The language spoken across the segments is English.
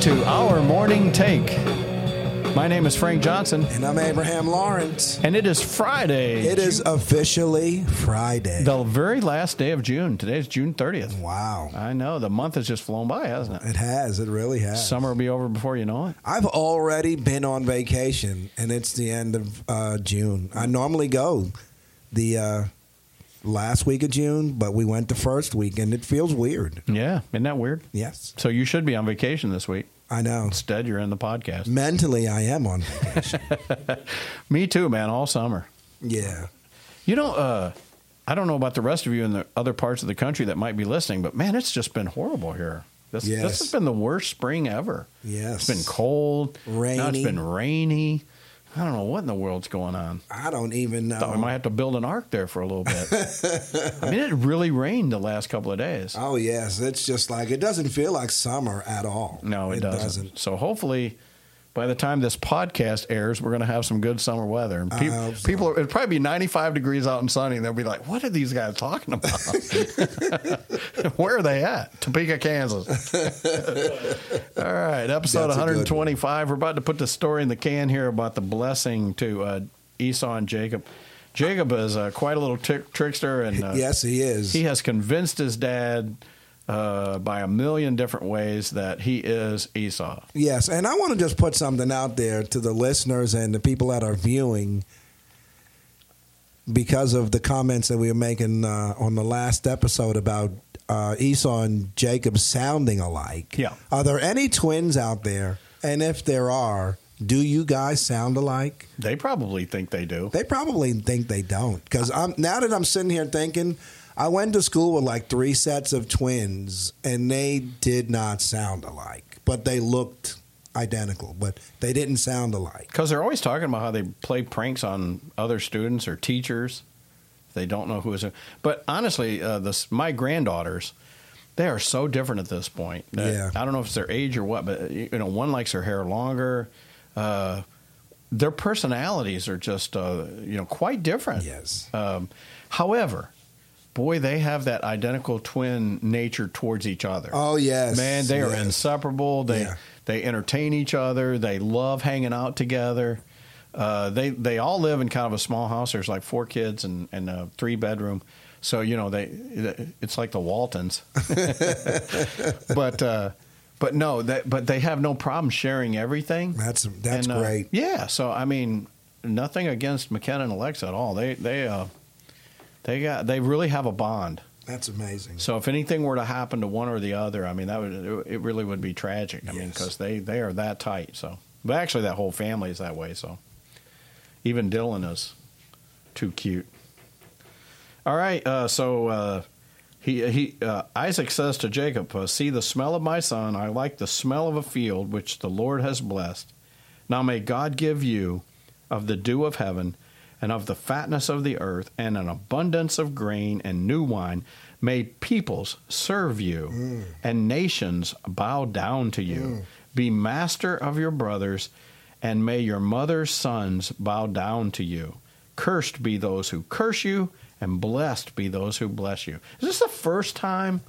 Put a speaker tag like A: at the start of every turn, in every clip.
A: to Our Morning Take. My name is Frank Johnson,
B: And I'm Abraham Lawrence.
A: and it is Friday.
B: It is officially Friday.
A: the very last day of June. Today is June 30th.
B: Wow.
A: I know, the month has just flown by, hasn't it?
B: It has. It really has.
A: Summer will be over before you know it.
B: I've already been on vacation, and it's the end of uh, June. I normally go the uh, last week of June, but we went the first week, and it feels weird.
A: Yeah, isn't that weird?
B: Yes,
A: So you should be on vacation this week.
B: I know.
A: Instead, you're in the podcast.
B: Mentally, I am on vacation.
A: Me too, man, all summer.
B: yeah.
A: You know, uh, I don't know about the rest of you in the other parts of the country that might be listening, but man, it's just been horrible here. This, this
B: Yes.
A: has been the worst spring ever.
B: Yes.
A: It's been cold. Now it's
B: Rainy.
A: been rainy. I don't know what in the world's going on.
B: I don't even know.
A: Thought we might have to build an ark there for a little bit. I mean, it really rained the last couple of days.
B: Oh yes, it's just like it doesn't feel like summer at all.
A: No, it, doesn't. So hopefully, by the time this podcast airs, we're going to have some good summer weather. And
B: I
A: peop-
B: hope so.
A: people, are, it'd probably be 95 degrees out and sunny, and they'll be like, "What are these guys talking about? Where are they at? Topeka, Kansas." All right, episode
B: That's a good
A: 125. We're about to put the story in the can here about the blessing to uh, Esau and Jacob. Jacob is uh, quite a little trick trickster, and uh,
B: Yes, he is.
A: he has convinced his dad uh, by a million different ways that he is Esau.
B: Yes, and I want to just put something out there to the listeners and the people that are viewing because of the comments that we were making uh, on the last episode about uh, Esau and Jacob sounding alike.
A: Yeah.
B: Are there any twins out there? And if there are, do you guys sound alike?
A: They probably think they do.
B: They probably think they don't because I'm now that I'm sitting here thinking, I went to school with like three sets of twins and they did not sound alike, but they looked identical, but they didn't sound alike.
A: Because they're always talking about how they play pranks on other students or teachers. They don't know who is it. But honestly, uh, this, my granddaughters, they are so different at this point. that-
B: Yeah.
A: I don't know if it's their age or what, but you know, one likes her hair longer. Uh, their personalities are just, uh, you know, quite different.
B: Yes.
A: Um, however, boy, they have that identical twin nature towards each other.
B: Oh yes,
A: Man, they are
B: yes.
A: inseparable. They
B: Yeah.
A: they entertain each other. They love hanging out together. Uh, they they all live in kind of a small house. There's like four kids and and a three bedroom. So you know they it's like the Waltons. but uh, but no, that but they have no problem sharing everything.
B: That's that's
A: And, uh,
B: great.
A: Yeah. So I mean, nothing against McKenna and Alexa at all. They they uh, they got they really have a bond.
B: That's amazing.
A: So if anything were to happen to one or the other, I mean that would it really would be tragic. I mean, 'cause mean
B: Yes.
A: because they they are that tight. So, but actually, that whole family is that way. So, even Dylan is too cute. All right, uh, so uh, he he uh, Isaac says to Jacob, uh, "See the smell of my son. I like the smell of a field which the Lord has blessed. Now may God give you of the dew of heaven." And of the fatness of the earth, and an abundance of grain and new wine, may peoples serve you,
B: Mm.
A: and nations bow down to you. Be master of your brothers, and may your mother's sons bow down to you. Cursed be those who curse you, and blessed be those who bless you. Is this the first time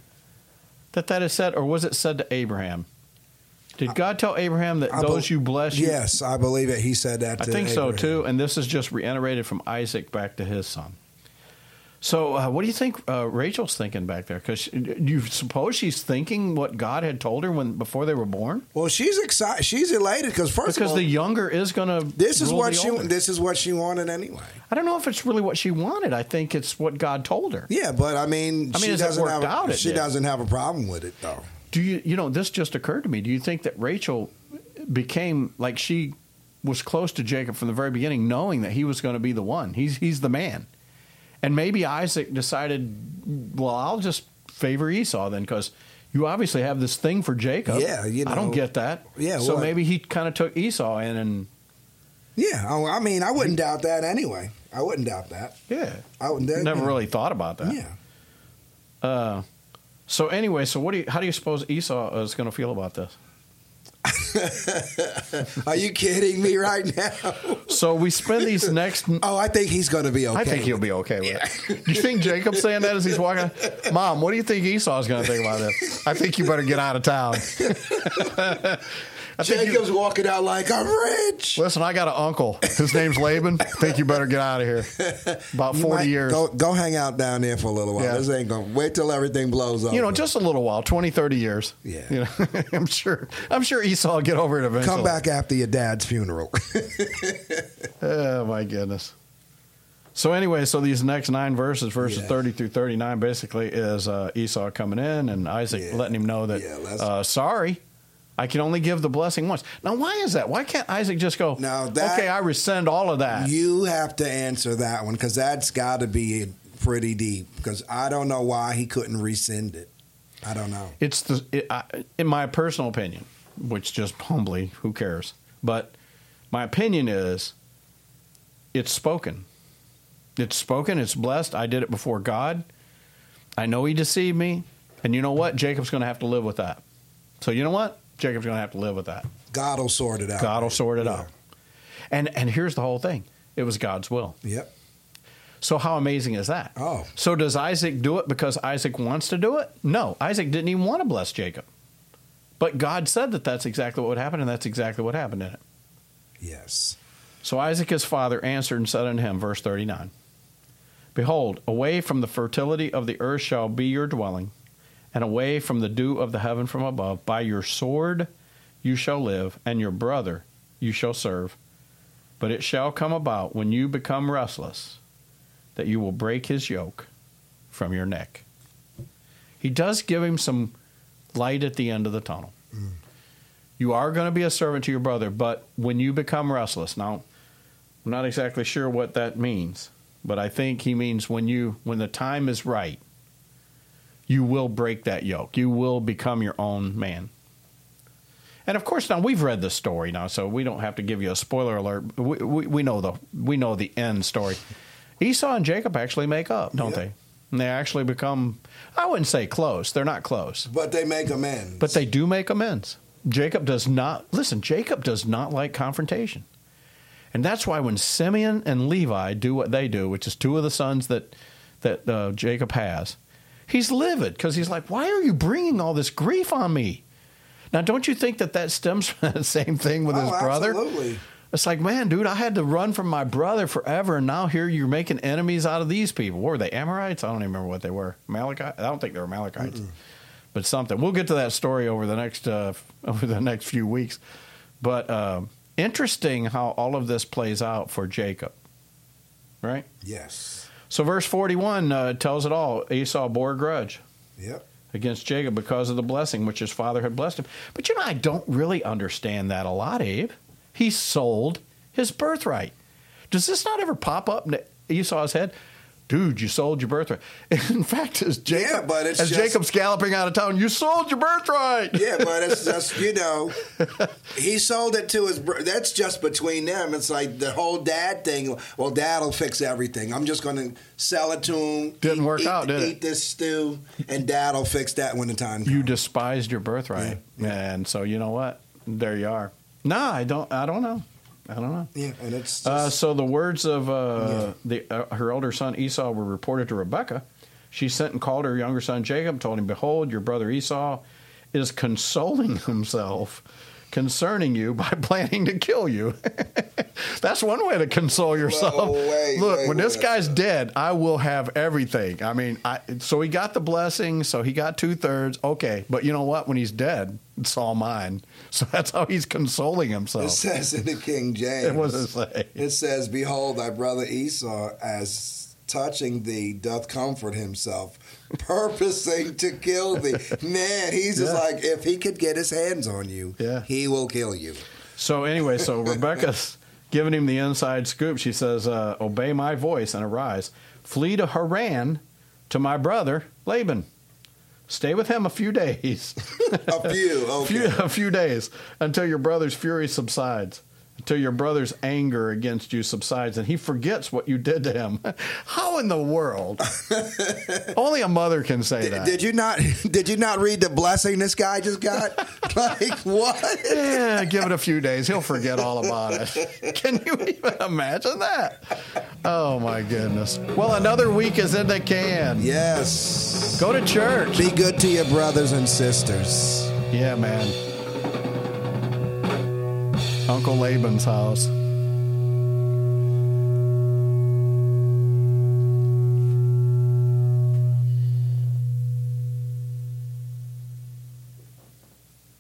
A: that that is said, or was it said to Abraham? Did God tell Abraham that
B: I bel-
A: those you bless you?
B: Yes, I believe it. He said that.
A: I
B: to
A: think so
B: Abraham.
A: too, and this is just reiterated from Isaac back to his son. So, uh, what do you think uh, Rachel's thinking back there? Because you suppose she's thinking what God had told her when before they were born,
B: Well, she's excited. She's elated because first
A: because
B: of all,
A: the younger is going to.
B: this is what she this is what she wanted anyway.
A: I don't know if it's really what she wanted. I think it's what God told her.
B: Yeah, but I mean,
A: I mean,
B: she
A: as it
B: doesn't
A: worked
B: have a-
A: out, it
B: she
A: did.
B: doesn't have a problem with it though.
A: Do you? You know, this just occurred to me. Do you think that Rachel became like she was close to Jacob from the very beginning, knowing that he was going to be the one? He's he's the man, and maybe Isaac decided, well, I'll just favor Esau then because. You obviously have this thing for Jacob.
B: Yeah, you
A: I don't
B: know.
A: get that.
B: Yeah,
A: so
B: well, I-
A: maybe he kind of took Esau in, and
B: Yeah, oh, I mean, I wouldn't doubt that anyway. I wouldn't doubt that.
A: yeah,
B: I would that,
A: never really thought about that.
B: Yeah.
A: Uh, so anyway, so what do you? How do you suppose Esau is going to feel about this?
B: Are you kidding me right now?
A: So we spend these next.
B: Oh, I think he's going to be okay.
A: I think he'll be okay with it. Do you think Jacob's saying that as he's walking? out? Mom, what do you think Esau's going to think about this? I think you better get out of town. I think you-
B: Jacob's walking out like I'm rich.
A: listen, I got an uncle. His name's Laban. I think you better get out of here. About
B: You
A: 40
B: might
A: years.
B: Go, go hang out down there for a little while.
A: Yeah.
B: This ain't going. Wait till everything blows up.
A: you know, just a little while, 20, 30 years.
B: Yeah.
A: You know, I'm sure I'm sure Esau will get over it eventually.
B: come back after your dad's funeral.
A: Oh my goodness. So anyway, so these next nine verses, verses
B: Yeah.
A: thirty through thirty-nine, basically is uh, Esau coming in and Isaac
B: Yeah.
A: letting him know that,
B: Yeah, let's-
A: uh, sorry, I can only give the blessing once. Now, why is that? Why can't Isaac just go?
B: Now that-
A: okay, I rescind all of that.
B: you have to answer that one because that's got to be pretty deep. Because I don't know why he couldn't rescind it. I don't know.
A: It's the, it, I, in my personal opinion, which just humbly, who cares? But my opinion is, it's spoken. It's spoken. It's blessed. I did it before God. I know He deceived me, and you know what? Jacob's going to have to live with that. So you know what? Jacob's going to have to live with that.
B: God will sort it out.
A: God will sort it
B: Yeah.
A: out. And and here's the whole thing. It was God's will.
B: Yep.
A: So how amazing is that?
B: Oh.
A: So does Isaac do it because Isaac wants to do it? No, Isaac didn't even want to bless Jacob. But God said that that's exactly what would happen, and that's exactly what happened in it.
B: Yes.
A: So Isaac his father answered and said unto him, verse 39, Behold, away from the fertility of the earth shall be your dwelling, and away from the dew of the heaven from above. By your sword you shall live, and your brother you shall serve. But it shall come about when you become restless that you will break his yoke from your neck. He does give him some light at the end of the tunnel. You are going to be a servant to your brother, but when you become restless, now I'm not exactly sure what that means, but I think he means when you when the time is right, you will break that yoke. You will become your own man. And of course, now we've read the story now, so we don't have to give you a spoiler alert. We, we, we know the we know the end story. Esau and Jacob actually make up, don't
B: Yep.
A: they? And they actually become I wouldn't say close. They're not close.
B: But they make amends.
A: But they do make amends. Jacob does not, listen, Jacob does not like confrontation. And that's why when Simeon and Levi do what they do, which is two of the sons that, that uh, Jacob has, he's livid because he's like, why are you bringing all this grief on me? Now, don't you think that that stems from that same thing with
B: oh,
A: his brother?
B: Absolutely.
A: It's like, man, dude, I had to run from my brother forever, and now here you're making enemies out of these people. What were they Amorites? I don't even remember what they were. Malachite? I don't think they were Malachites, but something. We'll get to that story over the next uh, f- over the next few weeks. But um interesting how all of this plays out for Jacob, right?
B: Yes.
A: So verse forty-one uh, tells it all. Esau bore a grudge
B: Yep.
A: against Jacob because of the blessing which his father had blessed him. But you know, I don't really understand that a lot, Abe. He sold his birthright. Does this not ever pop up in Esau's head? Dude, you sold your birthright. In fact, as, Jacob,
B: Yeah, but it's
A: as
B: just-
A: Jacob's galloping out of town, you sold your birthright.
B: Yeah, but it's just you know, he sold it to his. Bro- that's just between them. It's like the whole dad thing. Well, dad'll fix everything. I'm just going to sell it to him.
A: Didn't work
B: eat,
A: out, did it?
B: Eat this stew, and dad'll fix that when the time comes.
A: You despised your birthright,
B: Yeah,
A: and so you know what? There you are. Nah, I don't. I don't know. I don't know.
B: yeah, and it's just,
A: Uh, so the words of uh,
B: Yeah.
A: the, uh, her older son Esau were reported to Rebekah. She sent and called her younger son Jacob, told him, "Behold, your brother Esau is consoling himself concerning you by planning to kill you." That's one way to console yourself.
B: wait,
A: Look,
B: wait,
A: when this
B: wait.
A: guy's dead, I will have everything. I mean, I, so he got the blessing, so he got two thirds. Okay, but you know what? When he's dead, it's all mine. So that's how he's consoling
B: it
A: himself.
B: says in the King James.
A: It wasn't say.
B: It says, "Behold, thy brother Esau, as touching thee, doth comfort himself, purposing to kill thee." Man, he's just
A: Yeah.
B: like, if he could get his hands on you,
A: Yeah.
B: he will kill you.
A: So anyway, so Rebecca's giving him the inside scoop. She says, uh, "Obey my voice and arise. Flee to Haran, to my brother Laban. Stay with him a few days,
B: A few,
A: a
B: okay.
A: few, a few days until your brother's fury subsides. till your brother's anger against you subsides and he forgets what you did to him. How in the world? Only a mother can say that.
B: Did you not? Did you not read the blessing this guy just got? like what?
A: Yeah, Eh, give it a few days. He'll forget all about it. Can you even imagine that? Oh my goodness. Well, another week is in the can.
B: Yes.
A: Go to church.
B: Be good to your brothers and sisters.
A: Yeah, man. Uncle Laban's house.